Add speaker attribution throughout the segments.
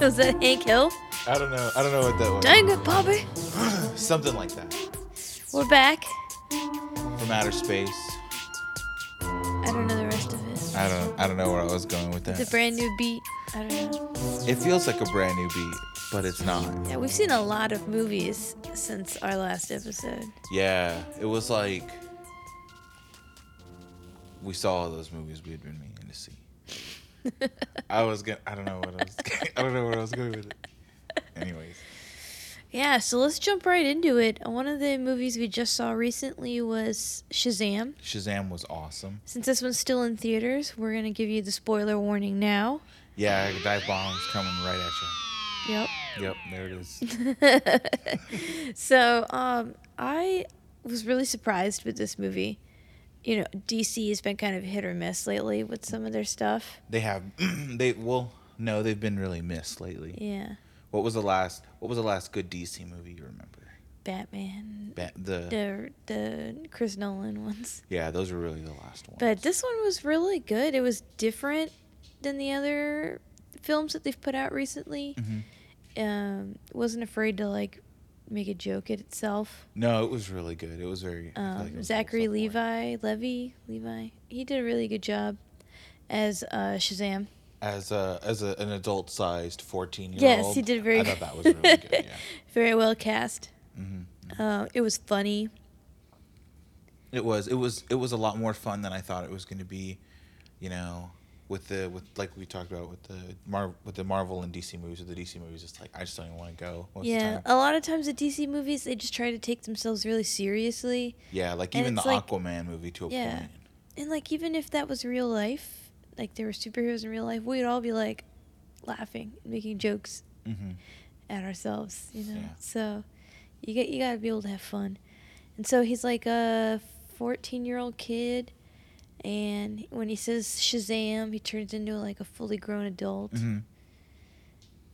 Speaker 1: was that Hank Hill?
Speaker 2: I don't know. I don't know what that was.
Speaker 1: Dang it, Bobby.
Speaker 2: Something like that.
Speaker 1: We're back.
Speaker 2: From outer space.
Speaker 1: I don't know the rest of it.
Speaker 2: I don't. I don't know where I was going with
Speaker 1: It's a
Speaker 2: that.
Speaker 1: brand new beat. I don't know.
Speaker 2: It feels like a brand new beat, but it's not.
Speaker 1: Yeah, we've seen a lot of movies since our last episode.
Speaker 2: Yeah, it was like we saw all those movies we had been meaning to see. I was gonna. I don't know what I was. I don't know where I was going with it. Anyways,
Speaker 1: Yeah, so let's jump right into it. One of the movies we just saw recently was Shazam.
Speaker 2: Shazam was awesome.
Speaker 1: Since this one's still in theaters, we're going to give you the spoiler warning now.
Speaker 2: Yeah, dive bombs coming right at
Speaker 1: Yep.
Speaker 2: you. Yep, there it is.
Speaker 1: so um, I was really surprised with this movie. You know, DC has been kind of hit or miss lately with some of their stuff.
Speaker 2: They have. They well, no, they've been really missed lately.
Speaker 1: Yeah,
Speaker 2: What was the last? What was the last good DC movie you remember?
Speaker 1: Batman,
Speaker 2: Ba- the
Speaker 1: the the Chris Nolan ones.
Speaker 2: yeah, those were really the last one.
Speaker 1: But this one was really good. It was different than the other films that they've put out recently.
Speaker 2: Mhm.
Speaker 1: Um, wasn't afraid to like make a joke at itself.
Speaker 2: No, it was really good. It was very. I feel like it
Speaker 1: um,
Speaker 2: was
Speaker 1: Zachary
Speaker 2: well supported.
Speaker 1: Levi, Levy, Levi. He did a really good job as uh, Shazam.
Speaker 2: as a as a, an adult sized fourteen year
Speaker 1: Yes,
Speaker 2: old.
Speaker 1: he did very
Speaker 2: I thought that was really good. Yeah,
Speaker 1: Very well cast.
Speaker 2: Mhm.
Speaker 1: Uh, it was funny.
Speaker 2: it was it was it was a lot more fun than I thought it was going to be. You know, with the with like we talked about with the Mar with the Marvel and DC movies, with the DC movies, it's like I just don't even want to go. Most Of
Speaker 1: yeah,
Speaker 2: the time.
Speaker 1: a lot of times at DC movies, they just try to take themselves really seriously.
Speaker 2: Yeah, like
Speaker 1: and
Speaker 2: even the
Speaker 1: it's like-
Speaker 2: Aquaman movie to a
Speaker 1: Yeah.
Speaker 2: point.
Speaker 1: And like, even if that was real life, like there were superheroes in real life, we'd all be like laughing, making jokes
Speaker 2: Mm-hmm.
Speaker 1: at ourselves, you know.
Speaker 2: Yeah.
Speaker 1: So you get you gotta be able to have fun. And so he's like a fourteen year old kid and when he says Shazam he turns into like a fully grown adult.
Speaker 2: hmm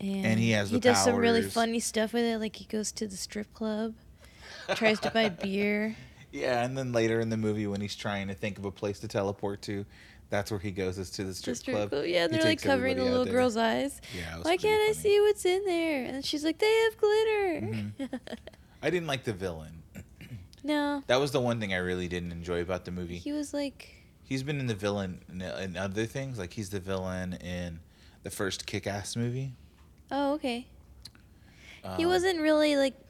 Speaker 1: And,
Speaker 2: he has
Speaker 1: he
Speaker 2: the
Speaker 1: does some really
Speaker 2: powers.
Speaker 1: funny stuff with it, like he goes to the strip club, tries to buy beer.
Speaker 2: Yeah, and then later in the movie when he's trying to think of a place to teleport to, that's where he goes is to the strip,
Speaker 1: The strip
Speaker 2: club.
Speaker 1: club. Yeah,
Speaker 2: He
Speaker 1: they're like
Speaker 2: takes
Speaker 1: covering the
Speaker 2: everybody out
Speaker 1: little
Speaker 2: there.
Speaker 1: girl's eyes.
Speaker 2: Yeah, it was
Speaker 1: Why
Speaker 2: pretty
Speaker 1: can't I
Speaker 2: funny.
Speaker 1: see what's in there? And she's like, They have glitter
Speaker 2: I didn't like the villain.
Speaker 1: No.
Speaker 2: Mm-hmm. That was the one thing I really didn't enjoy about the movie.
Speaker 1: He was like
Speaker 2: He's been in the villain in- in other things. Like he's the villain in the first Kick-Ass movie.
Speaker 1: Oh, okay. He
Speaker 2: Um,
Speaker 1: wasn't really like.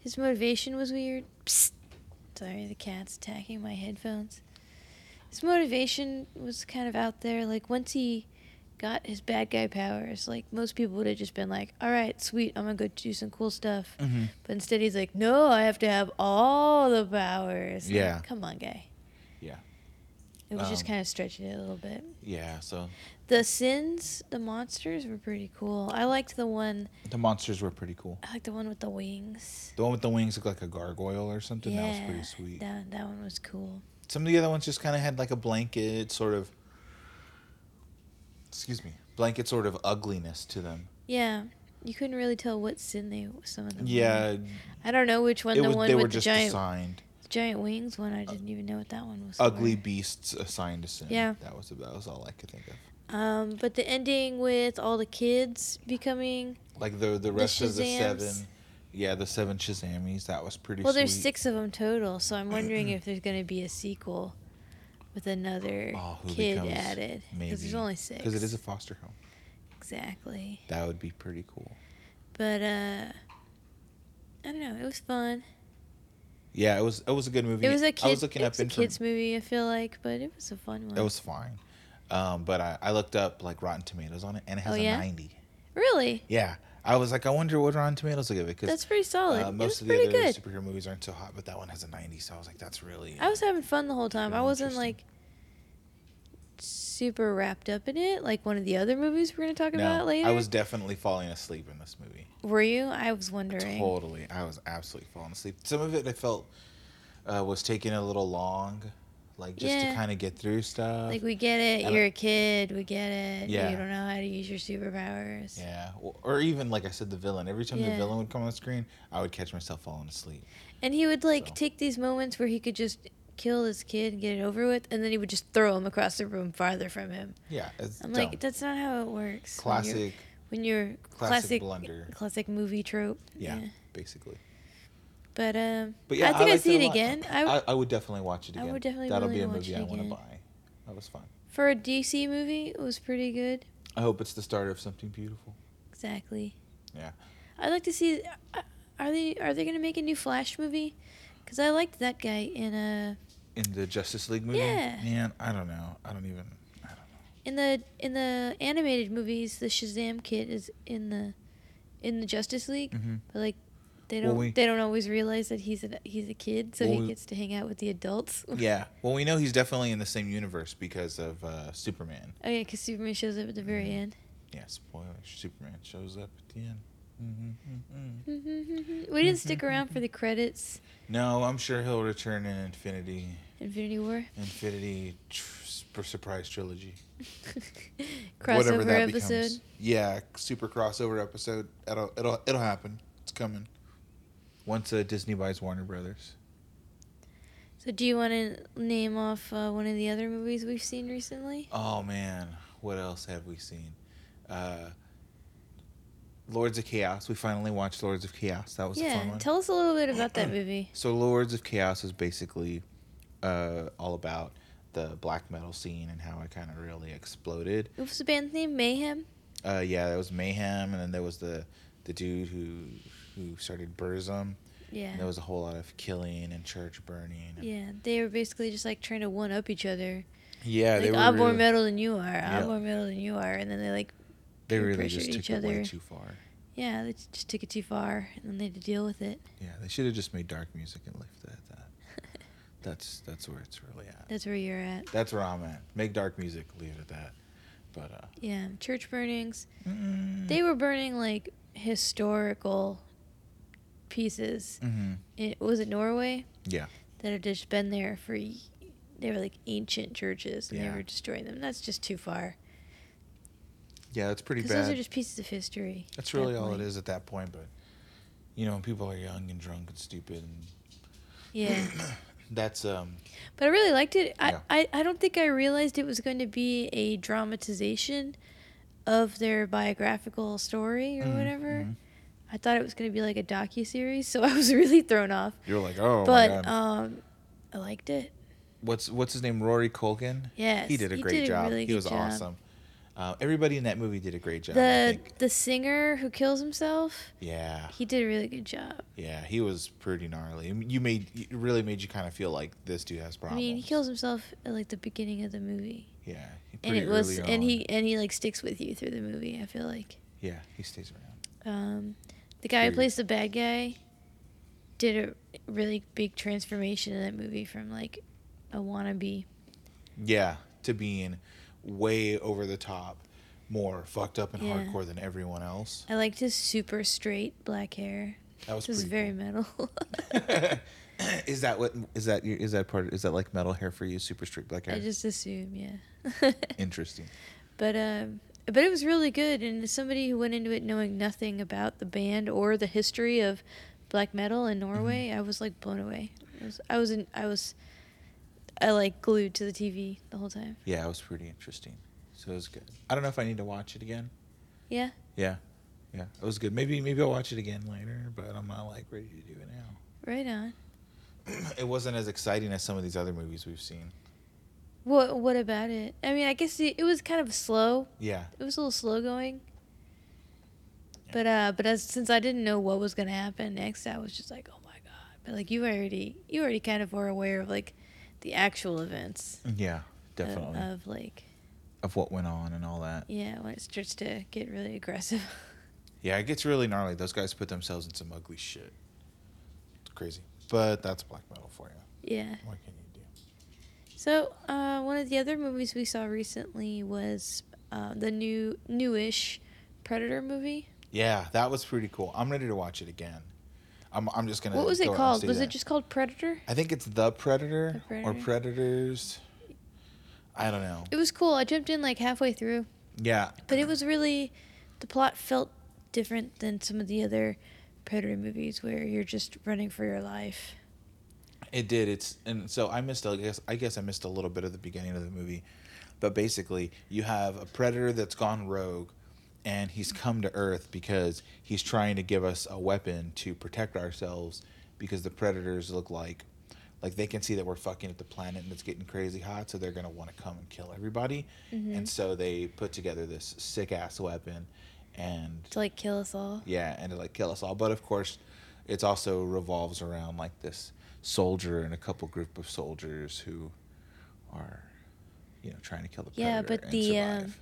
Speaker 1: his motivation was weird. Psst. Sorry, the cat's attacking my headphones. His motivation was kind of out there. Like, once he got his bad guy powers, like, most people would have just been like, all right, sweet, I'm gonna go do some cool stuff.
Speaker 2: Mhm.
Speaker 1: But instead, he's like, no, I have to have all the powers. Like,
Speaker 2: Yeah.
Speaker 1: Come on, guy.
Speaker 2: Yeah.
Speaker 1: It was just
Speaker 2: Um,
Speaker 1: kind of stretching it a little bit.
Speaker 2: Yeah. So
Speaker 1: The sins, the monsters were pretty cool. I liked the one
Speaker 2: the monsters were pretty cool.
Speaker 1: I like the one with the wings.
Speaker 2: The one with the wings looked like a gargoyle or something.
Speaker 1: yeah,
Speaker 2: That was pretty sweet.
Speaker 1: That, that one was cool.
Speaker 2: Some of the other ones just kind of had like a blanket sort of. Excuse me. Blanket sort of ugliness to them.
Speaker 1: Yeah, you couldn't really tell what sin they some of them. were.
Speaker 2: Yeah.
Speaker 1: I don't know which one.
Speaker 2: It
Speaker 1: the
Speaker 2: was,
Speaker 1: one
Speaker 2: they
Speaker 1: with
Speaker 2: were
Speaker 1: the
Speaker 2: just
Speaker 1: giant
Speaker 2: assigned
Speaker 1: giant wings one. I didn't even know what that one was. for.
Speaker 2: ugly beasts assigned to sin.
Speaker 1: Yeah.
Speaker 2: That was that was all I could think of.
Speaker 1: Um, but the ending with all the kids becoming
Speaker 2: Like the the rest of the
Speaker 1: Shazams.
Speaker 2: seven. Yeah, the seven Shazamies. That was pretty.
Speaker 1: well, there's
Speaker 2: sweet.
Speaker 1: six of them total. So I'm wondering if there's gonna be a sequel with another
Speaker 2: Oh, who
Speaker 1: kid
Speaker 2: becomes-
Speaker 1: added because there's
Speaker 2: maybe.
Speaker 1: only six.
Speaker 2: Because it is a foster home.
Speaker 1: exactly.
Speaker 2: That would be pretty cool.
Speaker 1: But uh, I don't know. It was fun.
Speaker 2: Yeah, it was it was a good movie.
Speaker 1: It was a kid.
Speaker 2: I was looking
Speaker 1: it
Speaker 2: up
Speaker 1: was a
Speaker 2: inform-
Speaker 1: kids movie. I feel like, but it was a fun one.
Speaker 2: It was fine, um, but I, I looked up like Rotten Tomatoes on it, and it has
Speaker 1: Oh,
Speaker 2: a
Speaker 1: yeah?
Speaker 2: ninety.
Speaker 1: really
Speaker 2: Yeah, I was like, I wonder what Rotten Tomatoes will give it
Speaker 1: that's
Speaker 2: because
Speaker 1: pretty solid.
Speaker 2: uh,
Speaker 1: it
Speaker 2: most
Speaker 1: was
Speaker 2: of the
Speaker 1: pretty
Speaker 2: other
Speaker 1: good.
Speaker 2: superhero movies aren't so hot, but that one has a ninety. So I was like, that's really.
Speaker 1: I was having fun the whole time. I
Speaker 2: pretty
Speaker 1: wasn't
Speaker 2: interesting.
Speaker 1: like super wrapped up in it, like one of the other movies we're gonna talk about later.
Speaker 2: I was definitely falling asleep in this movie.
Speaker 1: Were you? I was wondering.
Speaker 2: Totally, I was absolutely falling asleep. Some of it I felt uh, was taking a little long, like just
Speaker 1: Yeah.
Speaker 2: to kind of get through stuff.
Speaker 1: Like we get it.
Speaker 2: And
Speaker 1: You're a kid. We get it.
Speaker 2: Yeah.
Speaker 1: You don't know how to use your superpowers.
Speaker 2: Yeah, or- or even like I said, the villain. Every time
Speaker 1: Yeah.
Speaker 2: the villain would come on the screen, I would catch myself falling asleep.
Speaker 1: And he would like
Speaker 2: So.
Speaker 1: take these moments where he could just kill this kid and get it over with, and then he would just throw him across the room farther from him.
Speaker 2: Yeah, it's
Speaker 1: I'm
Speaker 2: dumb.
Speaker 1: like, that's not how it works. when you're-
Speaker 2: classic,
Speaker 1: When you're
Speaker 2: classic
Speaker 1: classic,
Speaker 2: blunder.
Speaker 1: classic movie trope.
Speaker 2: yeah, basically.
Speaker 1: But um,
Speaker 2: But yeah,
Speaker 1: I think I,
Speaker 2: liked
Speaker 1: see it
Speaker 2: a lot.
Speaker 1: again. I,
Speaker 2: I, I would definitely watch it
Speaker 1: I
Speaker 2: again.
Speaker 1: would definitely
Speaker 2: That'll
Speaker 1: really
Speaker 2: be a
Speaker 1: watch
Speaker 2: movie
Speaker 1: it
Speaker 2: I want to
Speaker 1: again.
Speaker 2: buy. That was fun.
Speaker 1: for a DC movie, it was pretty good.
Speaker 2: I hope it's the start of something beautiful.
Speaker 1: Exactly.
Speaker 2: Yeah.
Speaker 1: I'd like to see. uh, Are they are they gonna make a new Flash movie? Because I liked that guy in uh
Speaker 2: In the Justice League movie,
Speaker 1: Yeah.
Speaker 2: man, I don't know. I don't even. I don't know.
Speaker 1: in the in the animated movies, the Shazam kid is in the in the Justice League,
Speaker 2: Mhm.
Speaker 1: but like they
Speaker 2: Well,
Speaker 1: don't
Speaker 2: we-
Speaker 1: they don't always realize that he's a he's a kid, so
Speaker 2: Well,
Speaker 1: he
Speaker 2: we-
Speaker 1: gets to hang out with the adults.
Speaker 2: Yeah. Well, we know he's definitely in the same universe because of uh, Superman.
Speaker 1: oh yeah, because Superman shows up at the very
Speaker 2: Mm-hmm.
Speaker 1: end.
Speaker 2: Yeah. Spoiler: Superman shows up at the end. Mm-hmm.
Speaker 1: we didn't stick around for the credits.
Speaker 2: No, I'm sure he'll return in Infinity,
Speaker 1: Infinity War
Speaker 2: Infinity tr- Super Surprise Trilogy, Whatever
Speaker 1: crossover
Speaker 2: that
Speaker 1: episode.
Speaker 2: becomes. Yeah, super crossover episode. It'll it'll it'll happen. It's coming. Once uh, Disney buys Warner Brothers.
Speaker 1: So do you want to name off uh, one of the other movies we've seen recently?
Speaker 2: Oh man, what else have we seen? Uh, Lords of Chaos. We finally watched Lords of Chaos. That was a fun
Speaker 1: yeah,
Speaker 2: one.
Speaker 1: tell us a little bit about that movie.
Speaker 2: so Lords of Chaos is basically uh, all about the black metal scene and how it kind of really exploded.
Speaker 1: What was the band's name? Mayhem.
Speaker 2: Uh, yeah, there was Mayhem, and then there was the the dude who who started Burzum.
Speaker 1: Yeah.
Speaker 2: And there was a whole lot of killing and church burning. and-
Speaker 1: Yeah, they were basically just like trying to one up each other.
Speaker 2: yeah, they
Speaker 1: like
Speaker 2: were
Speaker 1: I'm more
Speaker 2: really-
Speaker 1: metal than you are.
Speaker 2: Yeah.
Speaker 1: I'm more metal than you are, and then they like,
Speaker 2: they
Speaker 1: peer
Speaker 2: really
Speaker 1: pressured
Speaker 2: just took
Speaker 1: each
Speaker 2: it way
Speaker 1: other.
Speaker 2: too far.
Speaker 1: yeah, they j- just took it too far, and then they had to deal with it.
Speaker 2: Yeah, they should have just made dark music and left it at that. That's that's where it's really at.
Speaker 1: That's where you're at.
Speaker 2: That's where I'm at. Make dark music, leave it at that. But uh,
Speaker 1: Yeah, church burnings.
Speaker 2: Mm.
Speaker 1: They
Speaker 2: Mm-hmm.
Speaker 1: were burning like historical pieces.
Speaker 2: hmm
Speaker 1: It was it Norway
Speaker 2: yeah,
Speaker 1: that had just been there for. y- They were like ancient churches, and
Speaker 2: Yeah.
Speaker 1: they were destroying them. That's just too far.
Speaker 2: yeah, that's pretty
Speaker 1: Because those are
Speaker 2: bad.
Speaker 1: just pieces of history. at
Speaker 2: That's
Speaker 1: that
Speaker 2: really all it
Speaker 1: point.
Speaker 2: is at that point. But you know, when people are young and drunk and stupid, and
Speaker 1: Yeah.
Speaker 2: that's um
Speaker 1: But I really liked it. I,
Speaker 2: Yeah.
Speaker 1: I, I don't think I realized it was going to be a dramatization of their biographical story or
Speaker 2: Mhm,
Speaker 1: whatever.
Speaker 2: mhm.
Speaker 1: I thought it was going to be like a docu series, so I was really thrown off.
Speaker 2: You're like, oh
Speaker 1: but
Speaker 2: my god,
Speaker 1: um, I liked it.
Speaker 2: what's what's his name? Rory Culkin.
Speaker 1: Yes,
Speaker 2: he did a
Speaker 1: he
Speaker 2: great
Speaker 1: did a
Speaker 2: job.
Speaker 1: really
Speaker 2: he
Speaker 1: good
Speaker 2: was
Speaker 1: job.
Speaker 2: awesome. Uh, everybody in that movie did a great job. I
Speaker 1: The
Speaker 2: think.
Speaker 1: the singer who kills himself,
Speaker 2: Yeah.
Speaker 1: he did a really good job.
Speaker 2: Yeah, he was pretty gnarly. I mean, You made it really made you kind of feel like this dude has
Speaker 1: I
Speaker 2: problems.
Speaker 1: mean, he kills himself at like the beginning of the movie,
Speaker 2: Yeah, he-
Speaker 1: and
Speaker 2: pretty
Speaker 1: it was
Speaker 2: early
Speaker 1: and
Speaker 2: on.
Speaker 1: he and he like sticks with you through the movie. I feel like.
Speaker 2: Yeah, he stays around.
Speaker 1: Um, the guy
Speaker 2: Weird.
Speaker 1: who plays the bad guy did a really big transformation in that movie from like a wannabe.
Speaker 2: Yeah, to being way over the top, more fucked up and
Speaker 1: Yeah.
Speaker 2: hardcore than everyone else.
Speaker 1: I liked his super straight black hair.
Speaker 2: That was
Speaker 1: This is
Speaker 2: pretty
Speaker 1: very metal.
Speaker 2: cool. is that what is that your- is that part is that like metal hair for you? Super straight black hair.
Speaker 1: I just assume, yeah.
Speaker 2: Interesting.
Speaker 1: but um, but it was really good, and as somebody who went into it knowing nothing about the band or the history of black metal in Norway, I was like blown away. I was I was, in, I was I like glued to the TV the whole time.
Speaker 2: Yeah, it was pretty interesting. So it was good. I don't know if I need to watch it again.
Speaker 1: Yeah.
Speaker 2: Yeah, yeah, it was good. Maybe maybe I'll watch it again later, but I'm not like ready to do it now.
Speaker 1: Right on.
Speaker 2: it wasn't as exciting as some of these other movies we've seen.
Speaker 1: What What about it? I mean, I guess it, it was kind of slow.
Speaker 2: Yeah.
Speaker 1: It was a little slow going. But uh, but as since I didn't know what was gonna happen next, I was just like, oh my god! But like you already, you already kind of were aware of like the actual events
Speaker 2: Yeah,
Speaker 1: of-
Speaker 2: Mm-hmm. definitely.
Speaker 1: Of, like
Speaker 2: of what went on and all that.
Speaker 1: yeah, when it starts to get really aggressive.
Speaker 2: Yeah, it gets really gnarly. Those guys put themselves in some ugly shit. It's crazy. But that's black metal for you.
Speaker 1: yeah.
Speaker 2: What can you do?
Speaker 1: So uh, one of the other movies we saw recently was uh, the new newish Predator movie.
Speaker 2: Yeah, that was pretty cool. I'm ready to watch it again. I'm, I'm just gonna.
Speaker 1: What was
Speaker 2: go
Speaker 1: it
Speaker 2: out and
Speaker 1: called?
Speaker 2: see
Speaker 1: Was
Speaker 2: that.
Speaker 1: it just called Predator?
Speaker 2: I think it's the predator,
Speaker 1: The
Speaker 2: or
Speaker 1: Predator?
Speaker 2: predators. I don't know.
Speaker 1: It was cool. I jumped in like halfway through.
Speaker 2: Yeah,
Speaker 1: But it was really the plot felt different than some of the other Predator movies where you're just running for your life.
Speaker 2: It did. It's and so I missed. I guess I guess I missed a little bit of the beginning of the movie, but basically you have a predator that's gone rogue, and he's come to Earth because he's trying to give us a weapon to protect ourselves because the predators look like, like they can see that we're fucking at the planet and it's getting crazy hot, so they're gonna want to come and kill everybody,
Speaker 1: Mm-hmm.
Speaker 2: and so they put together this sick ass weapon, and
Speaker 1: to like kill us all.
Speaker 2: yeah, and to like kill us all. But of course, it also revolves around like this soldier and a couple group of soldiers who are, you know, trying to kill the
Speaker 1: Yeah,
Speaker 2: predator
Speaker 1: but
Speaker 2: and
Speaker 1: the,
Speaker 2: survive.
Speaker 1: um,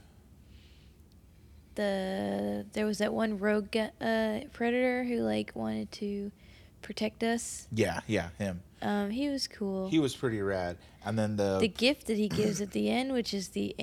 Speaker 1: The there was that one rogue gu- uh, predator who like wanted to protect us.
Speaker 2: yeah, yeah, him.
Speaker 1: Um, he was cool.
Speaker 2: He was pretty rad. And then the,
Speaker 1: the gift that he gives at the end, which is the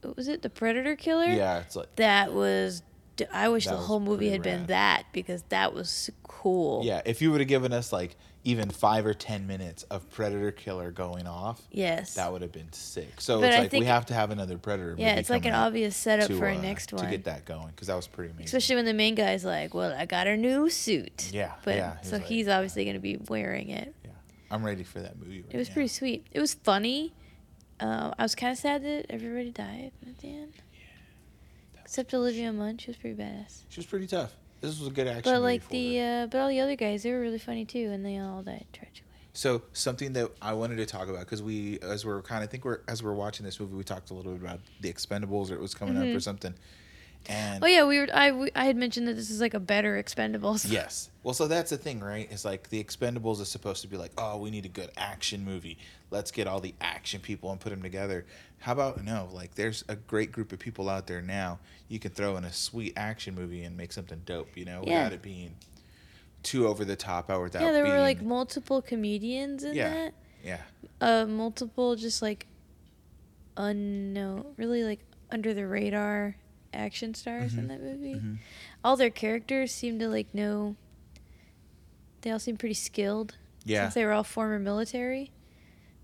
Speaker 1: what was it, the predator killer?
Speaker 2: yeah, it's like
Speaker 1: That was. d- I wish
Speaker 2: That
Speaker 1: the
Speaker 2: was
Speaker 1: whole movie
Speaker 2: pretty
Speaker 1: had been
Speaker 2: rad.
Speaker 1: that because that was cool.
Speaker 2: yeah. If you would have given us like even five or ten minutes of Predator Killer going off,
Speaker 1: Yes.
Speaker 2: that would have been sick. So
Speaker 1: But
Speaker 2: it's
Speaker 1: I
Speaker 2: like
Speaker 1: think-
Speaker 2: we have to have another Predator.
Speaker 1: yeah,
Speaker 2: movie
Speaker 1: it's like an
Speaker 2: coming out
Speaker 1: obvious setup
Speaker 2: to,
Speaker 1: for our
Speaker 2: uh,
Speaker 1: next one.
Speaker 2: to get that going because that was pretty amazing.
Speaker 1: Especially when the main guy's like, "Well, I got a new suit."
Speaker 2: Yeah,
Speaker 1: But
Speaker 2: yeah, he's
Speaker 1: so
Speaker 2: like-
Speaker 1: he's obviously going to be wearing it.
Speaker 2: Yeah, I'm ready for that movie. Right
Speaker 1: It was
Speaker 2: now.
Speaker 1: pretty sweet. It was funny. Um, I was kind of sad that everybody died at the end.
Speaker 2: That was-
Speaker 1: Except Olivia Munn, she was pretty badass.
Speaker 2: She was pretty tough. This was a good action.
Speaker 1: But
Speaker 2: movie
Speaker 1: like
Speaker 2: for
Speaker 1: the
Speaker 2: her.
Speaker 1: uh, but all the other guys, they were really funny too, and they all died tragically.
Speaker 2: so something that I wanted to talk about because we as we're kind of I think we're as we're watching this movie we talked a little bit about the Expendables or it was coming up or something, and
Speaker 1: Mm-hmm. Oh yeah, we were. I we, I had mentioned that this is like a better Expendables.
Speaker 2: Yes. Well, so that's the thing, right? It's like the Expendables is supposed to be like, oh, we need a good action movie. Let's get all the action people and put them together. How about no? Like, there's a great group of people out there now. You can throw in a sweet action movie and make something dope, you know,
Speaker 1: Yeah.
Speaker 2: without it being too over the top or without
Speaker 1: Yeah, there were like
Speaker 2: being-
Speaker 1: multiple comedians in
Speaker 2: Yeah.
Speaker 1: that.
Speaker 2: yeah,
Speaker 1: uh, multiple just like unknown, really like under the radar action stars in
Speaker 2: Mhm.
Speaker 1: that movie.
Speaker 2: Mhm.
Speaker 1: All their characters seem to like know. They all seem pretty skilled
Speaker 2: yeah.
Speaker 1: since they were all former military.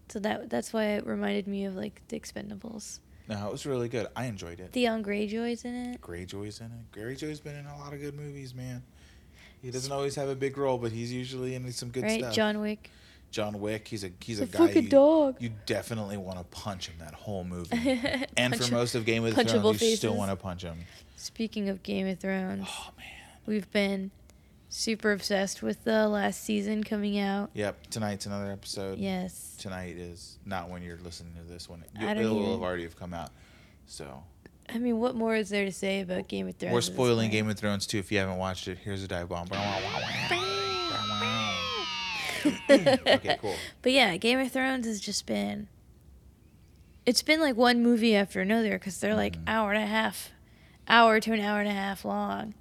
Speaker 1: So that that's why it reminded me of like the Expendables.
Speaker 2: No, it was really good. I enjoyed it.
Speaker 1: Theon Greyjoy's in it.
Speaker 2: Greyjoy's in it. Greyjoy's been in a lot of good movies, man. He doesn't always have a big role, but he's usually in some good
Speaker 1: right,
Speaker 2: stuff.
Speaker 1: John Wick.
Speaker 2: John Wick. He's a he's a
Speaker 1: The
Speaker 2: guy.
Speaker 1: fucking
Speaker 2: you-
Speaker 1: dog.
Speaker 2: You definitely want to punch him that whole movie. and
Speaker 1: and
Speaker 2: for most of Game of
Speaker 1: punchable
Speaker 2: Thrones, you still
Speaker 1: faces.
Speaker 2: want to punch him.
Speaker 1: Speaking of Game of Thrones,
Speaker 2: Oh man.
Speaker 1: we've been super obsessed with the last season coming out.
Speaker 2: Yep. Tonight's another episode.
Speaker 1: Yes.
Speaker 2: Tonight is not when you're listening to this one.
Speaker 1: I
Speaker 2: It-
Speaker 1: don't
Speaker 2: It'll
Speaker 1: even-
Speaker 2: have already have come out. So
Speaker 1: I mean, what more is there to say about Game of Thrones?
Speaker 2: we're spoiling Game of Thrones too. If you haven't watched it, here's a dive bomb. okay, cool.
Speaker 1: But yeah, Game of Thrones has just been. It's been like one movie after another because they're like
Speaker 2: Mm-hmm.
Speaker 1: hour and a half, hour to an hour and a half long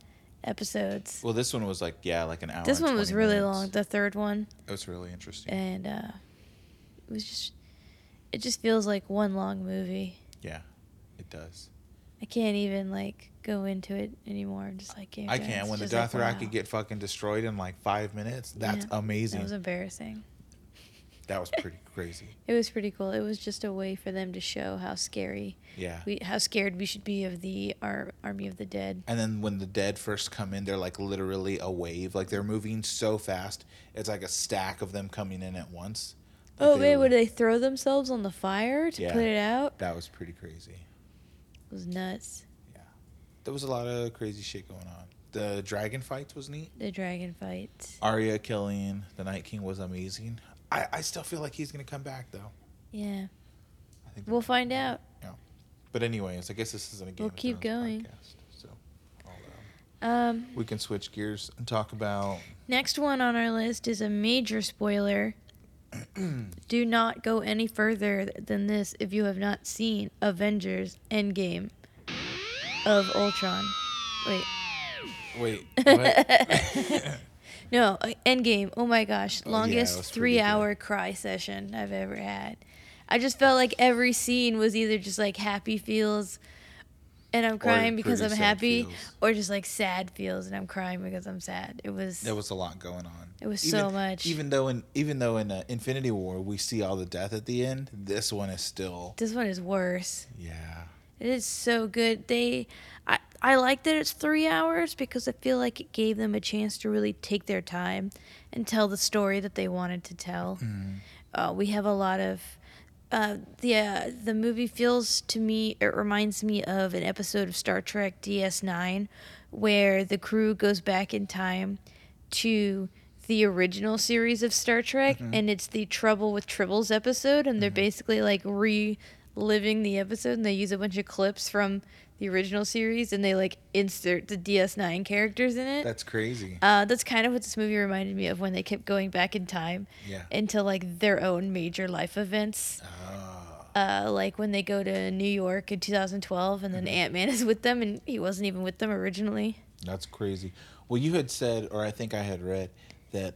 Speaker 1: episodes.
Speaker 2: Well, this one was like yeah, like an hour.
Speaker 1: this
Speaker 2: and
Speaker 1: one was
Speaker 2: 20
Speaker 1: really
Speaker 2: minutes.
Speaker 1: long, the third one,
Speaker 2: It was really interesting.
Speaker 1: and uh, it was just. It just feels like one long movie.
Speaker 2: yeah, it does.
Speaker 1: I can't even like go into it anymore. I'm just like Game of
Speaker 2: I
Speaker 1: Thrones,
Speaker 2: can. When the
Speaker 1: it's just like,
Speaker 2: Dothraki
Speaker 1: wow.
Speaker 2: get fucking destroyed in like five minutes,
Speaker 1: Yeah,
Speaker 2: that's
Speaker 1: that
Speaker 2: amazing.
Speaker 1: That was embarrassing.
Speaker 2: pretty crazy.
Speaker 1: It was pretty cool. It was just a way for them to show how scary
Speaker 2: Yeah.
Speaker 1: we how scared we should be of the our army of the dead.
Speaker 2: and then when the dead first come in, they're like literally a wave. Like they're moving so fast, it's like a stack of them coming in at once. Like,
Speaker 1: Oh man,
Speaker 2: they were-
Speaker 1: would they throw themselves on the fire to
Speaker 2: Yeah.
Speaker 1: put it out?
Speaker 2: That was pretty crazy.
Speaker 1: It was nuts.
Speaker 2: There was a lot of crazy shit going on. The dragon fights was neat.
Speaker 1: The dragon fights.
Speaker 2: Arya killing the Night King was amazing. I, I still feel like he's gonna come back though.
Speaker 1: Yeah,
Speaker 2: I think.
Speaker 1: we'll find out.
Speaker 2: but anyways, I guess this isn't a game.
Speaker 1: We'll
Speaker 2: of
Speaker 1: keep
Speaker 2: Thrones
Speaker 1: going.
Speaker 2: Podcast, so I'll, um,
Speaker 1: Um,
Speaker 2: we can switch gears and talk about
Speaker 1: next one on our list is a major spoiler. Do not go any further than this if you have not seen Avengers Endgame of Ultron. Wait,
Speaker 2: wait. What?
Speaker 1: No, uh, Endgame. Oh my gosh,
Speaker 2: yeah, it
Speaker 1: longest
Speaker 2: was pretty
Speaker 1: three-hour cry session I've ever had. I just felt like every scene was either just like happy feels, and I'm crying because
Speaker 2: pretty
Speaker 1: I'm
Speaker 2: sad
Speaker 1: happy,
Speaker 2: feels.
Speaker 1: or just like sad feels, and I'm crying because I'm sad. It was.
Speaker 2: There was a lot going on.
Speaker 1: It was
Speaker 2: even,
Speaker 1: so much.
Speaker 2: Even though in even though in uh, Infinity War we see all the death at the end, this one is still
Speaker 1: this one is worse.
Speaker 2: yeah.
Speaker 1: It is so good. They, I, I like that it's three hours because I feel like it gave them a chance to really take their time and tell the story that they wanted to tell. Uh, we have a lot of uh, the uh, the movie feels to me it reminds me of an episode of Star Trek DS9 where the crew goes back in time to the original series of Star Trek and it's the Trouble with Tribbles episode and they're basically like reliving the episode and they use a bunch of clips from the original series and they like insert the DS9 characters in it.
Speaker 2: That's crazy.
Speaker 1: Uh, that's kind of what this movie reminded me of when they kept going back in time
Speaker 2: Yeah.
Speaker 1: into like their own major life events.
Speaker 2: Ah.
Speaker 1: Uh, like when they go to New York in 2012 and then
Speaker 2: Mm-hmm.
Speaker 1: Ant Man is with them and he wasn't even with them originally.
Speaker 2: That's crazy. Well, you had said, or I think I had read that.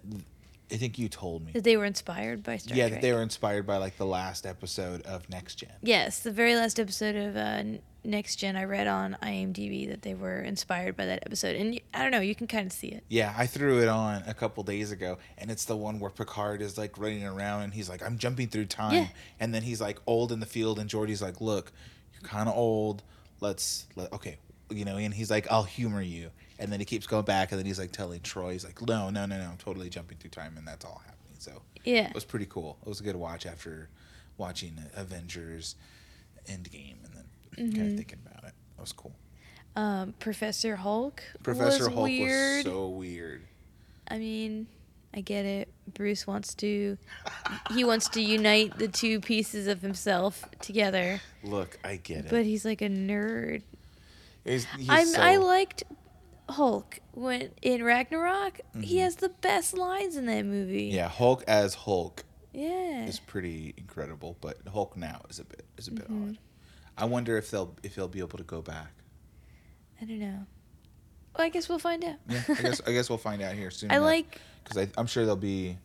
Speaker 2: I think you told me.
Speaker 1: That they were inspired by Star
Speaker 2: yeah,
Speaker 1: Trek.
Speaker 2: that they were inspired by like the last episode of Next Gen.
Speaker 1: Yes, the very last episode of uh, N- Next Gen I read on IMDb that they were inspired by that episode. And y- I don't know, you can kind of see it.
Speaker 2: Yeah, I threw it on a couple days ago, and it's the one where Picard is like running around and he's like, "I'm jumping through time,"
Speaker 1: Yeah.
Speaker 2: and then he's like old in the field, and Geordi's like, "Look, you're kind of old. Let's let okay, you know." And he's like, "I'll humor you," and then he keeps going back, and then he's like telling Troy, "He's like, no, no, no, no, I'm totally jumping through time," and that's all happening. So
Speaker 1: Yeah.
Speaker 2: it was pretty cool. It was a good watch after watching Avengers Endgame, and then kind
Speaker 1: Mm-hmm.
Speaker 2: of thinking about it. That was cool.
Speaker 1: Um, Professor Hulk.
Speaker 2: Professor
Speaker 1: was
Speaker 2: Hulk
Speaker 1: weird.
Speaker 2: was so weird.
Speaker 1: I mean, I get it. Bruce wants to he wants to unite the two pieces of himself together,
Speaker 2: Look, I get it.
Speaker 1: but he's like a nerd.
Speaker 2: He's, he's
Speaker 1: I'm,
Speaker 2: so-
Speaker 1: I liked Hulk when in Ragnarok. He has the best lines in that movie.
Speaker 2: Mm-hmm. yeah, Hulk as Hulk
Speaker 1: Yeah.
Speaker 2: is pretty incredible, but Hulk now is a bit is a bit
Speaker 1: Mm-hmm.
Speaker 2: odd. I wonder if they'll if he'll be able to go back.
Speaker 1: I don't know. Well, I guess we'll find out.
Speaker 2: Yeah, I guess I guess we'll find out here soon.
Speaker 1: I like
Speaker 2: because I'm sure there'll be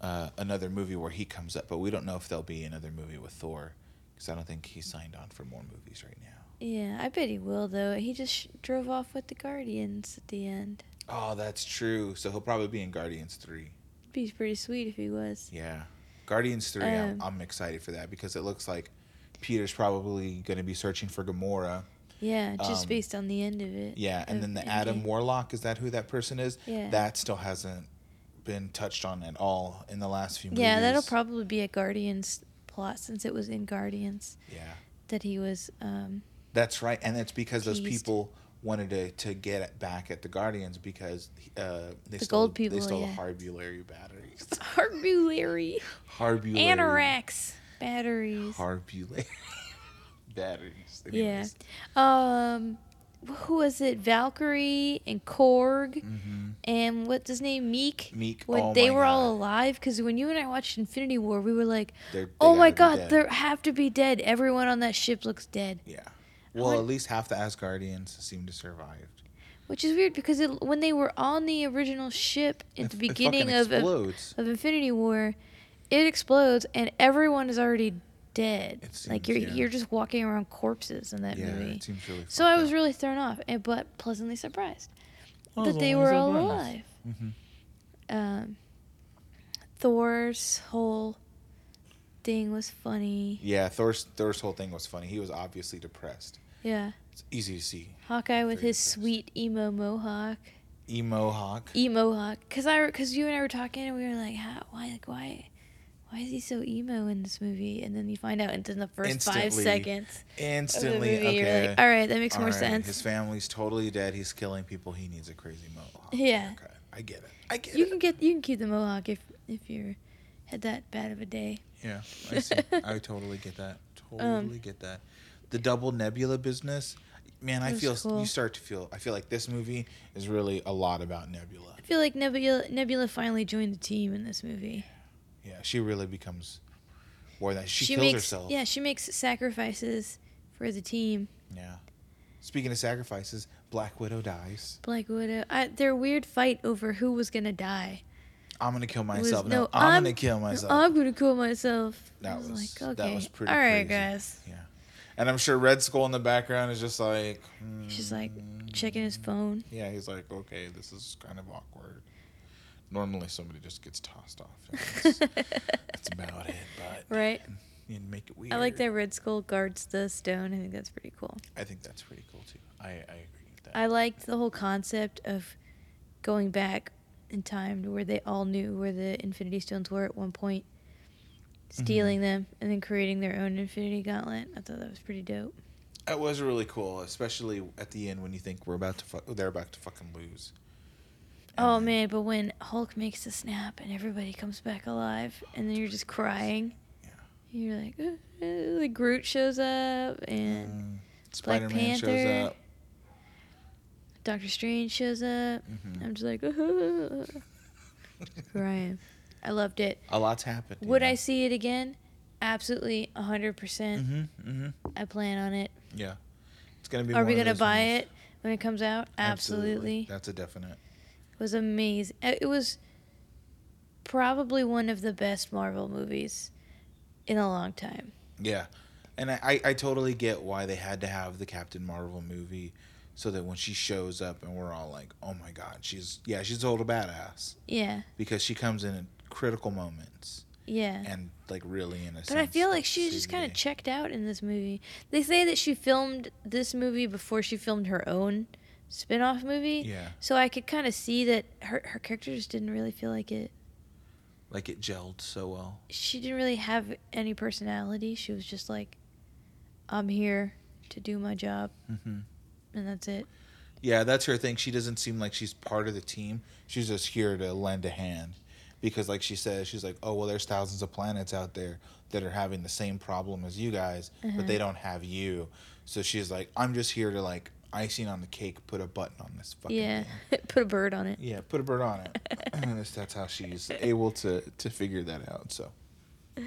Speaker 2: uh, another movie where he comes up, but we don't know if there'll be another movie with Thor because I don't think he's signed on for more movies right now.
Speaker 1: yeah, I bet he will though. He just sh- drove off with the Guardians at the end.
Speaker 2: Oh, that's true. So he'll probably be in Guardians three.
Speaker 1: Be pretty sweet if he was.
Speaker 2: Yeah, Guardians three.
Speaker 1: Um,
Speaker 2: I'm, I'm excited for that because it looks like Peter's probably going to be searching for Gamora.
Speaker 1: Yeah, just
Speaker 2: Um,
Speaker 1: based on the end of it.
Speaker 2: Yeah, and
Speaker 1: of
Speaker 2: then the
Speaker 1: Endgame.
Speaker 2: Adam Warlock is that who that person is?
Speaker 1: Yeah.
Speaker 2: That still hasn't been touched on at all in the last few movies.
Speaker 1: Yeah, that'll probably be a Guardians plot since it was in Guardians
Speaker 2: Yeah,
Speaker 1: that he was. Um,
Speaker 2: that's right, and it's because those
Speaker 1: Teased.
Speaker 2: people wanted to, to get it back at the Guardians because uh, they
Speaker 1: The
Speaker 2: stole
Speaker 1: gold people,
Speaker 2: they stole
Speaker 1: yeah.
Speaker 2: the Harbulary batteries.
Speaker 1: Harbulary.
Speaker 2: Harbulary
Speaker 1: Anorax batteries.
Speaker 2: Harbulary batteries.
Speaker 1: yeah.
Speaker 2: Anyways.
Speaker 1: Um, who was it? Valkyrie and Korg
Speaker 2: Mhm.
Speaker 1: and what's his name? Meek.
Speaker 2: Meek.
Speaker 1: When
Speaker 2: oh
Speaker 1: they
Speaker 2: my
Speaker 1: were all
Speaker 2: God.
Speaker 1: alive, because when you and I watched Infinity War, we were like,
Speaker 2: They're- they
Speaker 1: "Oh my
Speaker 2: gotta be
Speaker 1: God,
Speaker 2: dead.
Speaker 1: they have to be dead. Everyone on that ship looks dead."
Speaker 2: Yeah. Well,
Speaker 1: would-
Speaker 2: at least half the Asgardians seem to survive.
Speaker 1: Which is weird because it, when they were on the original ship at the beginning of, of
Speaker 2: explodes.
Speaker 1: of Infinity War, it explodes and everyone is already dead.
Speaker 2: It
Speaker 1: like you're
Speaker 2: seems, yeah.
Speaker 1: you're just walking around corpses in that
Speaker 2: yeah,
Speaker 1: movie.
Speaker 2: it seems really.
Speaker 1: So I was really thrown off, and, but pleasantly surprised
Speaker 2: Oh,
Speaker 1: that they were all alive.
Speaker 2: Mm-hmm.
Speaker 1: Um, Thor's whole thing was funny.
Speaker 2: Yeah, Thor's Thor's whole thing was funny. He was obviously depressed.
Speaker 1: Yeah,
Speaker 2: It's easy to see.
Speaker 1: Hawkeye with
Speaker 2: Very
Speaker 1: his
Speaker 2: depressed.
Speaker 1: sweet emo mohawk.
Speaker 2: Emo Hawk.
Speaker 1: emo hawk because i because you and i were talking and we were like how why like why why is he so emo in this movie and then you find out in the first five
Speaker 2: Instantly.
Speaker 1: seconds of the
Speaker 2: Instantly,
Speaker 1: movie
Speaker 2: okay.
Speaker 1: you're like all right that makes
Speaker 2: all
Speaker 1: more
Speaker 2: right,
Speaker 1: sense
Speaker 2: His family's totally dead. He's killing people. He needs a crazy mohawk.
Speaker 1: Yeah.
Speaker 2: Okay, I get it. I get
Speaker 1: you
Speaker 2: it.
Speaker 1: can get you can keep the mohawk if if you're had that bad of a day
Speaker 2: Yeah, I see. I totally get that. Totally
Speaker 1: Um,
Speaker 2: get that. The double nebula business, man. I
Speaker 1: It was
Speaker 2: feel
Speaker 1: cool.
Speaker 2: you start to feel. I feel like this movie is really a lot about Nebula.
Speaker 1: i feel like nebula nebula finally joined the team in this movie
Speaker 2: Yeah, she really becomes more than she, kills
Speaker 1: makes
Speaker 2: herself.
Speaker 1: yeah she makes sacrifices for the team
Speaker 2: Yeah. Speaking of sacrifices, Black Widow dies.
Speaker 1: black widow I, their weird fight over who was gonna die
Speaker 2: I'm gonna kill
Speaker 1: It was,
Speaker 2: myself. no, I'm, gonna kill myself.
Speaker 1: i'm gonna kill myself I
Speaker 2: That
Speaker 1: was,
Speaker 2: was-
Speaker 1: like okay
Speaker 2: that was pretty
Speaker 1: all right
Speaker 2: crazy.
Speaker 1: guys
Speaker 2: and I'm sure Red Skull in the background is just like.
Speaker 1: She's like
Speaker 2: "Hmm."
Speaker 1: checking his phone.
Speaker 2: Yeah, he's like, okay, this is kind of awkward. Normally, somebody just gets tossed off. and That's, that's about it, but
Speaker 1: right?
Speaker 2: you make it weird.
Speaker 1: I like that Red Skull guards the stone. I think that's pretty cool.
Speaker 2: I think that's pretty cool too. I, I agree.
Speaker 1: I liked the whole concept of going back in time to where they all knew where the Infinity Stones were at one point,
Speaker 2: Mm-hmm.
Speaker 1: stealing them, and then creating their own Infinity Gauntlet. I thought that was pretty dope.
Speaker 2: That was really cool, especially at the end when you think we're about to fu- they're about to fucking lose. And
Speaker 1: Oh
Speaker 2: then-
Speaker 1: man, but when Hulk makes the snap and everybody comes back alive, and then you're just crying,
Speaker 2: Yeah.
Speaker 1: you're like, "Uh, uh," like Groot shows up and
Speaker 2: Mm, Spider-Man shows
Speaker 1: Panther.
Speaker 2: up.
Speaker 1: Doctor Strange shows up.
Speaker 2: Mhm.
Speaker 1: I'm just like, "Uh-huh," crying. I loved it.
Speaker 2: A lot's happened. you
Speaker 1: Would
Speaker 2: know?
Speaker 1: I see it again? Absolutely, hundred percent.
Speaker 2: Mhm. Mhm.
Speaker 1: I plan on it.
Speaker 2: Yeah. It's gonna be.
Speaker 1: Are we
Speaker 2: one of
Speaker 1: gonna
Speaker 2: those
Speaker 1: buy
Speaker 2: ones.
Speaker 1: it when it comes out? Absolutely.
Speaker 2: That's a definite.
Speaker 1: It was amazing. Uh, It was probably one of the best Marvel movies in a long time.
Speaker 2: Yeah. And I, I, I totally get why they had to have the Captain Marvel movie so that when she shows up and we're all like, oh my God, she's, yeah, she's a total badass
Speaker 1: Yeah,
Speaker 2: because she comes in at critical moments
Speaker 1: yeah.
Speaker 2: and like really in a
Speaker 1: but I feel like she's just kind of checked out in this movie. They say that she filmed this movie before she filmed her own spin-off movie.
Speaker 2: Yeah.
Speaker 1: So I could kind of see that her her character just didn't really feel like it.
Speaker 2: Like it gelled so well.
Speaker 1: She didn't really have any personality. She was just like, I'm here to do my job,
Speaker 2: hmm
Speaker 1: and that's it.
Speaker 2: Yeah, that's her thing. She doesn't seem like she's part of the team. She's just here to lend a hand. Because, like she says, she's like, oh, well, there's thousands of planets out there that are having the same problem as you guys, but they don't have you. So she's like, I'm just here to, like, icing on the cake, put a button on this fucking
Speaker 1: Yeah.
Speaker 2: thing.
Speaker 1: Put a bird on it.
Speaker 2: Yeah, put a bird on it. and that's- that's how she's able to, to figure that out. So,
Speaker 1: This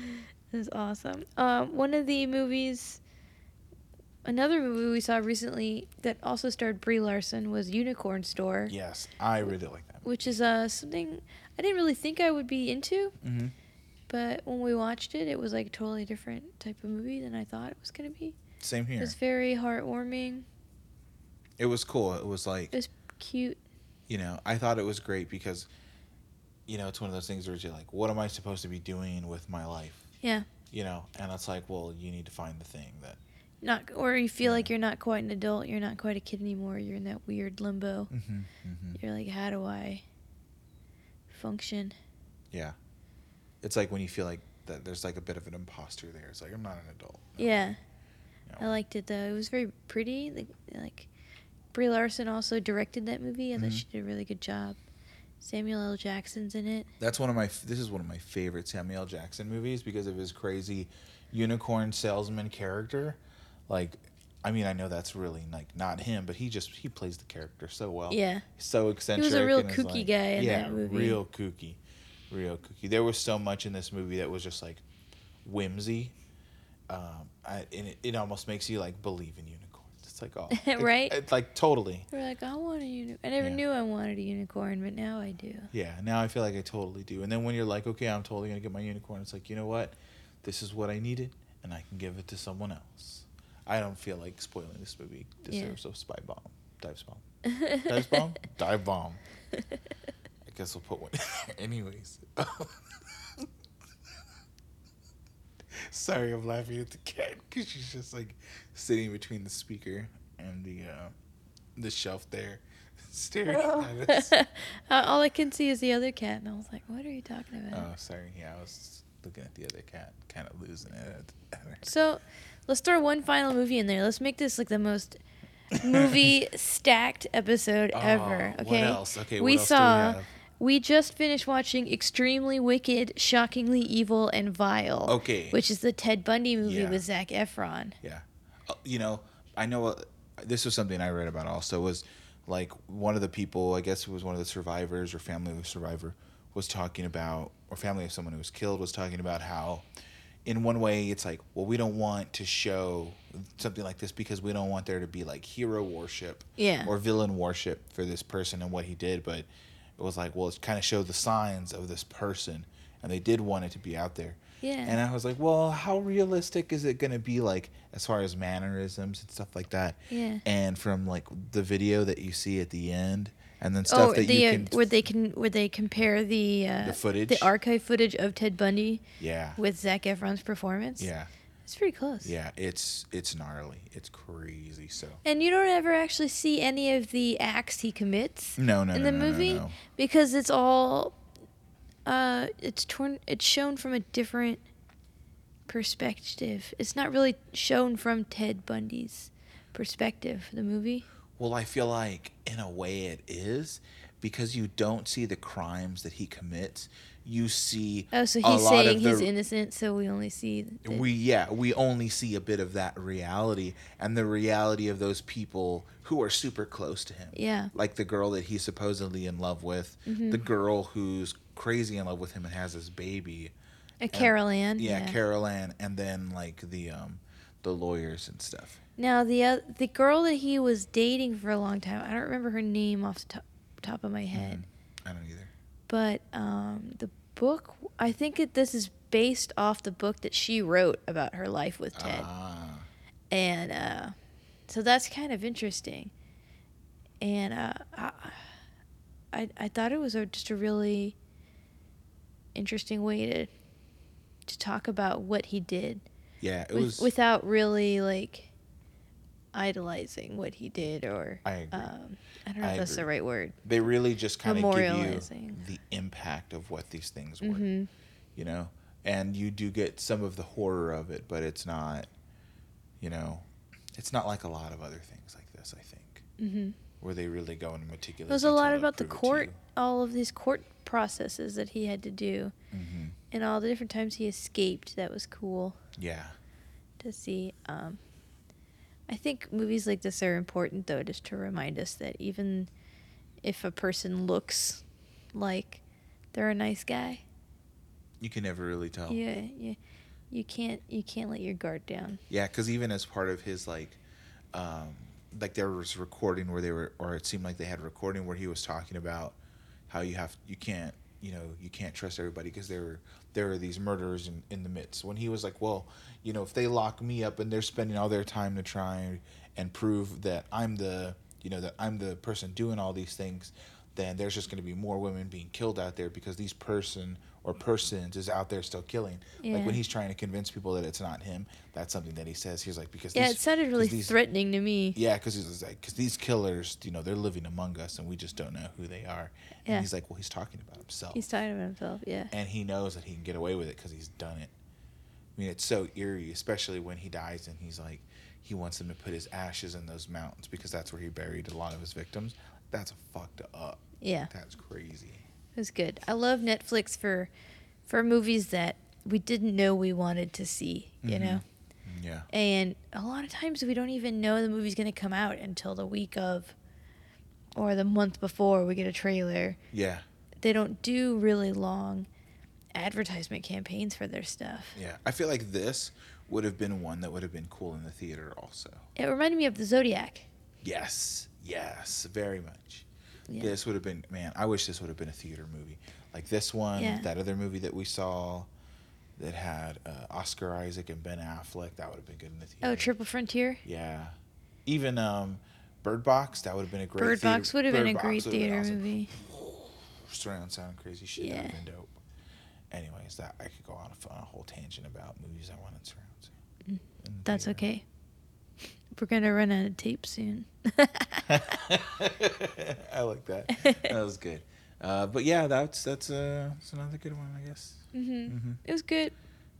Speaker 1: is awesome. Um, one of the movies, another movie we saw recently that also starred Brie Larson was Unicorn Store,
Speaker 2: yes, I really like that.
Speaker 1: which is uh, something I didn't really think I would be into,
Speaker 2: Mm-hmm.
Speaker 1: but when we watched it, it was like a totally different type of movie than I thought it was going to be.
Speaker 2: Same
Speaker 1: It
Speaker 2: here.
Speaker 1: was very heartwarming.
Speaker 2: It was cool. It was like,
Speaker 1: It was cute.
Speaker 2: you know, I thought it was great because, you know, it's one of those things where you're like, what am I supposed to be doing with my life?
Speaker 1: Yeah.
Speaker 2: You know, and it's like, well, you need to find the thing that.
Speaker 1: Not or you feel
Speaker 2: Yeah.
Speaker 1: like you're not quite an adult, you're not quite a kid anymore. You're in that weird limbo.
Speaker 2: Mm-hmm,
Speaker 1: You're like, how do I function?
Speaker 2: Yeah, it's like when you feel like that. There's like a bit of an imposter there. It's like I'm not an adult.
Speaker 1: Yeah.
Speaker 2: You
Speaker 1: I
Speaker 2: know.
Speaker 1: liked it though. It was very pretty. Like, like Brie Larson also directed that movie. I thought
Speaker 2: Mhm.
Speaker 1: she did a really good job. Samuel L. Jackson's in it.
Speaker 2: That's one of my. This is one of my favorite Samuel L. Jackson movies because of his crazy unicorn salesman character. Like, I mean, I know that's really like not him, but he just he plays the character so well.
Speaker 1: Yeah,
Speaker 2: so eccentric.
Speaker 1: real
Speaker 2: and it's
Speaker 1: kooky guy in
Speaker 2: yeah,
Speaker 1: that movie.
Speaker 2: real kooky, real kooky. There was so much in this movie that was just like whimsy, um, I, and it, it almost makes you like believe in unicorns. It's like oh, it-
Speaker 1: Right?
Speaker 2: It's like totally.
Speaker 1: we're like, I want a unicorn. I never
Speaker 2: Yeah.
Speaker 1: knew I wanted a unicorn, but now I do.
Speaker 2: Yeah, now I feel like I totally do. And then when you're like, okay, I'm totally gonna get my unicorn. It's like you know what, this is what I needed, and I can give it to someone else. I don't feel like spoiling this movie.
Speaker 1: Yeah.
Speaker 2: Deserves a spy bomb, dive bomb, dive bomb, dive bomb. I guess we'll put one. Anyways. Sorry, I'm laughing at the cat because she's just like sitting between the speaker and the uh, the shelf there, staring at us.
Speaker 1: Uh, All I can see is the other cat, and I was like, "What are you talking about?"
Speaker 2: Oh, sorry. Yeah, I was looking at the other cat, kind of losing it. At, at her.
Speaker 1: So, let's throw one final movie in there. Let's make this like the most movie stacked episode
Speaker 2: Oh,
Speaker 1: ever. Okay.
Speaker 2: What else? Okay,
Speaker 1: we
Speaker 2: what else
Speaker 1: saw.
Speaker 2: Do we have?
Speaker 1: We just finished watching Extremely Wicked, Shockingly Evil, and Vile.
Speaker 2: Okay.
Speaker 1: Which is the Ted Bundy movie
Speaker 2: Yeah.
Speaker 1: with Zach Efron.
Speaker 2: Yeah. Uh, You know, I know uh, this was something I read about also was like one of the people, I guess it was one of the survivors or family of a survivor was talking about or family of someone who was killed was talking about how in one way it's like, well, we don't want to show something like this because we don't want there to be like hero worship
Speaker 1: Yeah.
Speaker 2: or villain worship for this person and what he did, but it was like, well, it's kind of showed the signs of this person and they did want it to be out there.
Speaker 1: Yeah.
Speaker 2: And I was like, well, how realistic is it going to be, like, as far as mannerisms and stuff like that?
Speaker 1: Yeah.
Speaker 2: And from, like, the video that you see at the end, and then stuff
Speaker 1: Oh,
Speaker 2: that
Speaker 1: the
Speaker 2: you
Speaker 1: uh,
Speaker 2: can.
Speaker 1: where they can where they compare the uh,
Speaker 2: The footage?
Speaker 1: the archive footage of Ted Bundy
Speaker 2: yeah.
Speaker 1: with Zach Efron's performance.
Speaker 2: yeah.
Speaker 1: It's pretty close.
Speaker 2: Yeah, it's it's gnarly. It's crazy. So
Speaker 1: And you don't ever actually see any of the acts he commits
Speaker 2: no, no,
Speaker 1: in
Speaker 2: no,
Speaker 1: the
Speaker 2: no, no,
Speaker 1: movie
Speaker 2: no.
Speaker 1: because it's all uh it's torn it's shown from a different perspective. It's not really shown from Ted Bundy's perspective, the movie.
Speaker 2: Well, I feel like in a way it is because you don't see the crimes that he commits. You see
Speaker 1: Oh, so
Speaker 2: a
Speaker 1: he's
Speaker 2: lot
Speaker 1: saying
Speaker 2: of the-
Speaker 1: he's innocent, so we only see the,
Speaker 2: we yeah we only see a bit of that reality and the reality of those people who are super close to him
Speaker 1: Yeah. Mm-hmm.
Speaker 2: like the girl that he's supposedly in love with the girl who's crazy in love with him and has this baby
Speaker 1: a Carol Ann.
Speaker 2: yeah, carol ann and then like the um the lawyers and stuff
Speaker 1: Now the uh, the girl that he was dating for a long time, I don't remember her name off the top, top of my head,
Speaker 2: Mm, i don't either
Speaker 1: but um, the book, I think it, this is based off the book that she wrote about her life with Ted,
Speaker 2: ah
Speaker 1: and uh, so that's kind of interesting. And uh, I, I I thought it was a, just a really interesting way to to talk about what he did
Speaker 2: yeah it
Speaker 1: with,
Speaker 2: was
Speaker 1: without really like idolizing what he did or
Speaker 2: I agree.
Speaker 1: um I don't know
Speaker 2: I
Speaker 1: if that's the
Speaker 2: agree.
Speaker 1: right word.
Speaker 2: they really just kind of give you
Speaker 1: Memorializing.
Speaker 2: the impact of what these things were
Speaker 1: hmm
Speaker 2: you know and you do get some of the horror of it but it's not you know it's not like a lot of other things like this i think
Speaker 1: hmm
Speaker 2: where they really go into meticulous
Speaker 1: There's a lot
Speaker 2: detail to
Speaker 1: about the
Speaker 2: prove it to
Speaker 1: court, all of these court processes that he had to do,
Speaker 2: you. Mhm.
Speaker 1: and all the different times he escaped. That was cool
Speaker 2: yeah
Speaker 1: to see. Um, I think movies like this are important though, just to remind us that even if a person looks like they're a nice guy,
Speaker 2: you can never really tell
Speaker 1: yeah, yeah, you can't you can't let your guard down.
Speaker 2: Yeah, because even as part of his like, um, like there was recording where they were, or it seemed like they had a recording where he was talking about how you have, you can't, you know, you can't trust everybody because there were there are these murderers in in the midst. When he was like, well, you know, if they lock me up and they're spending all their time to try and, and prove that I'm the, you know, that I'm the person doing all these things, then there's just going to be more women being killed out there because these person or persons is out there still killing. Like
Speaker 1: Yeah.
Speaker 2: when he's trying to convince people that it's not him, that's something that he says. He's like because
Speaker 1: Yeah,
Speaker 2: these,
Speaker 1: it sounded really
Speaker 2: 'cause these,
Speaker 1: threatening to me.
Speaker 2: Yeah, because he's like because these killers, you know, they're living among us and we just don't know who they are. And
Speaker 1: Yeah.
Speaker 2: he's like, well, he's talking about himself,
Speaker 1: He's talking about himself, yeah.
Speaker 2: and he knows that he can get away with it because he's done it. I mean, it's so eerie, especially when he dies and he's like, he wants them to put his ashes in those mountains because that's where he buried a lot of his victims. That's fucked up.
Speaker 1: Yeah,
Speaker 2: That's crazy.
Speaker 1: it was good. I love Netflix for for movies that we didn't know we wanted to see, you
Speaker 2: Mm-hmm.
Speaker 1: know.
Speaker 2: Yeah.
Speaker 1: And a lot of times we don't even know the movie's going to come out until the week of or the month before we get a trailer.
Speaker 2: Yeah.
Speaker 1: They don't do really long advertisement campaigns for their stuff.
Speaker 2: Yeah. I feel like this would have been one that would have been cool in the theater also.
Speaker 1: It reminded me of the Zodiac.
Speaker 2: Yes, yes, very much.
Speaker 1: Yeah.
Speaker 2: This would have been man. I wish this would have been a theater movie, like this one,
Speaker 1: Yeah.
Speaker 2: that other movie that we saw, that had uh, Oscar Isaac and Ben Affleck. That would have been good in the theater.
Speaker 1: Oh, Triple Frontier.
Speaker 2: Yeah, even um, Bird Box. That would have been a great.
Speaker 1: Bird
Speaker 2: theater-
Speaker 1: Box would have been
Speaker 2: Bird
Speaker 1: a
Speaker 2: Box
Speaker 1: great
Speaker 2: would have been
Speaker 1: theater
Speaker 2: awesome.
Speaker 1: movie.
Speaker 2: Surround sound, crazy shit. That would
Speaker 1: Yeah.
Speaker 2: have been dope. Anyways, that I could go on a, on a whole tangent about movies I want in surround sound. in the
Speaker 1: Mm. That's
Speaker 2: theater.
Speaker 1: okay. We're gonna run out of tape soon. Mm-hmm.
Speaker 2: I like that. That was good. Uh, but yeah, that's that's, uh, that's another good one, I guess.
Speaker 1: hmm
Speaker 2: hmm
Speaker 1: It was good.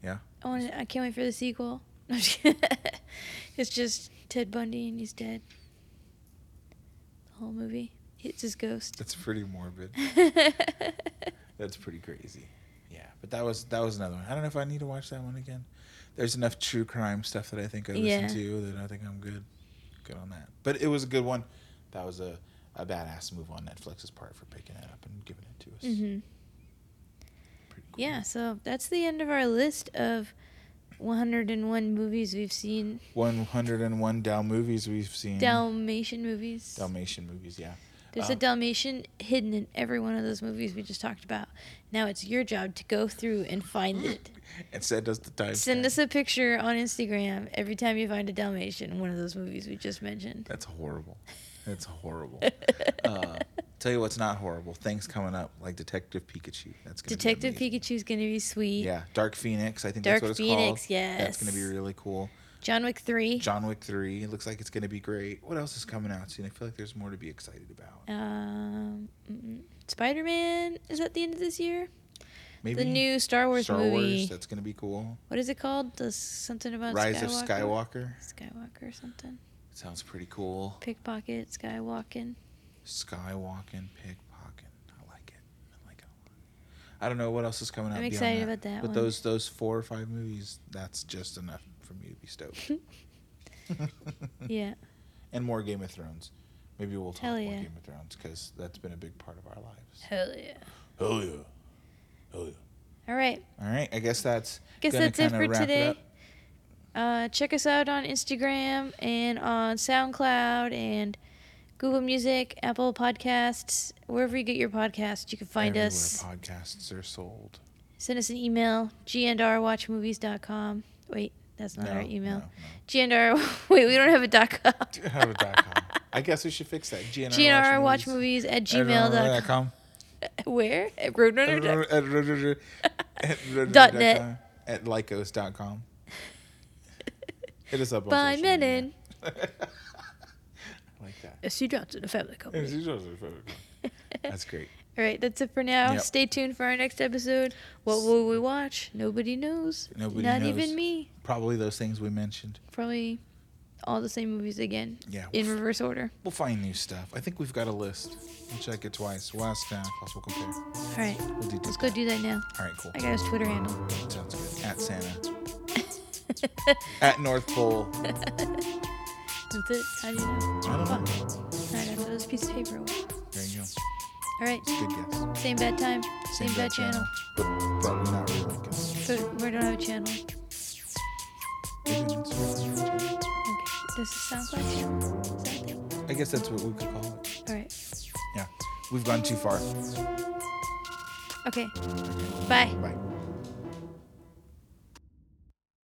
Speaker 2: Yeah.
Speaker 1: I want. I can't wait for the sequel. No, I'm just kidding. it's just Ted Bundy and he's dead. The whole movie. It's his ghost.
Speaker 2: That's pretty morbid.
Speaker 1: yeah,
Speaker 2: That's pretty crazy. Yeah, but that was that was another one. I don't know if I need to watch that one again. There's enough true crime stuff that I think I listen
Speaker 1: Yeah.
Speaker 2: to that I think I'm good, good on that. But it was a good one. That was a, a badass move on Netflix's part for picking that up and giving it to us.
Speaker 1: hmm
Speaker 2: Pretty cool.
Speaker 1: yeah. So that's the end of our list of 101 movies we've seen.
Speaker 2: 101 Dal movies we've seen.
Speaker 1: Dalmatian movies.
Speaker 2: Dalmatian movies, yeah.
Speaker 1: There's a
Speaker 2: Um,
Speaker 1: Dalmatian hidden in every one of those movies we just talked about. Now it's your job to go through and find it.
Speaker 2: And send us the time.
Speaker 1: Send us a picture on Instagram every time you find a Dalmatian in one of those movies we just mentioned.
Speaker 2: That's horrible. That's horrible. uh, Tell you what's not horrible. Things coming up like Detective Pikachu. That's gonna
Speaker 1: Detective
Speaker 2: be amazing.
Speaker 1: Pikachu's gonna be sweet.
Speaker 2: Yeah, Dark Phoenix. I think
Speaker 1: Dark
Speaker 2: that's what it's called.
Speaker 1: Phoenix,
Speaker 2: That's gonna be
Speaker 1: yes.
Speaker 2: really cool.
Speaker 1: John Wick three.
Speaker 2: John Wick Three. It looks like it's gonna be great. What else is coming out soon? I feel like there's more to be excited about.
Speaker 1: um, Spider Man is at the end of this year.
Speaker 2: Maybe
Speaker 1: The new Star Wars
Speaker 2: Star
Speaker 1: movie.
Speaker 2: Wars. That's gonna be cool.
Speaker 1: what is it called? The s- something about
Speaker 2: Rise
Speaker 1: Skywalker?
Speaker 2: of Skywalker.
Speaker 1: Skywalker or something.
Speaker 2: Sounds pretty cool.
Speaker 1: Pickpocket Skywalking.
Speaker 2: Skywalking, pickpocket. I like it. I like it a lot. I don't know what else is coming out.
Speaker 1: I'm
Speaker 2: beyond
Speaker 1: excited
Speaker 2: that.
Speaker 1: about that
Speaker 2: But
Speaker 1: one.
Speaker 2: those those four or five movies, that's just enough for me to be stoked.
Speaker 1: yeah.
Speaker 2: And more Game of Thrones. Maybe we'll talk
Speaker 1: Hell
Speaker 2: more
Speaker 1: yeah.
Speaker 2: Game of Thrones because that's been a big part of our lives.
Speaker 1: Hell yeah.
Speaker 2: Oh yeah. Oh yeah.
Speaker 1: All right.
Speaker 2: All right. I guess that's.
Speaker 1: Guess
Speaker 2: gonna
Speaker 1: that's it
Speaker 2: kinda
Speaker 1: for
Speaker 2: wrap
Speaker 1: today.
Speaker 2: up.
Speaker 1: Uh, check us out on Instagram and on SoundCloud and Google Music, Apple Podcasts, wherever you get your podcasts, you can find
Speaker 2: Everywhere
Speaker 1: us.
Speaker 2: Podcasts are sold.
Speaker 1: Send us an email, gndrwatchmovies.com. Wait, that's not
Speaker 2: No,
Speaker 1: our email.
Speaker 2: no, no.
Speaker 1: GNR, wait, we don't have a dot com.
Speaker 2: Do you have a dot com? I guess we should fix that. GNR,
Speaker 1: GNR watch movies
Speaker 2: movies.
Speaker 1: at
Speaker 2: Everywhere
Speaker 1: gmail.com.
Speaker 2: dot com.
Speaker 1: Where? At Roadrunner. dot- Dot
Speaker 2: dot
Speaker 1: net.
Speaker 2: at lycos.com. Hit us up on
Speaker 1: By
Speaker 2: social
Speaker 1: Menon.
Speaker 2: media. I like that.
Speaker 1: Sue Johnson, a family company.
Speaker 2: That's great.
Speaker 1: All right, that's it for now.
Speaker 2: Yep.
Speaker 1: Stay tuned for our next episode. What will we watch? Nobody knows.
Speaker 2: Nobody
Speaker 1: Not
Speaker 2: knows.
Speaker 1: even me.
Speaker 2: Probably those things we mentioned.
Speaker 1: Probably all the same movies again
Speaker 2: Yeah.
Speaker 1: in reverse order.
Speaker 2: We'll find new stuff. I think we've got a list. We'll check it twice. Last down, plus we'll compare.
Speaker 1: All right,
Speaker 2: We'll do
Speaker 1: let's go do that now.
Speaker 2: All right, cool.
Speaker 1: I got his Twitter handle.
Speaker 2: Sounds good. At Santa. At North Pole.
Speaker 1: That's it. How do you know?
Speaker 2: I don't know.
Speaker 1: I gotta throw this piece of paper away.
Speaker 2: There you go.
Speaker 1: All right,
Speaker 2: Good guess.
Speaker 1: same bad time, same, bad, channel.
Speaker 2: But probably not really good.
Speaker 1: So we don't have a channel.
Speaker 2: Maybe an Instagram channel.
Speaker 1: Okay, this is SoundCloud channel. Is that a thing?
Speaker 2: I guess that's what we could call it.
Speaker 1: All right.
Speaker 2: Yeah. We've gone too far.
Speaker 1: Okay. Bye.
Speaker 2: Bye.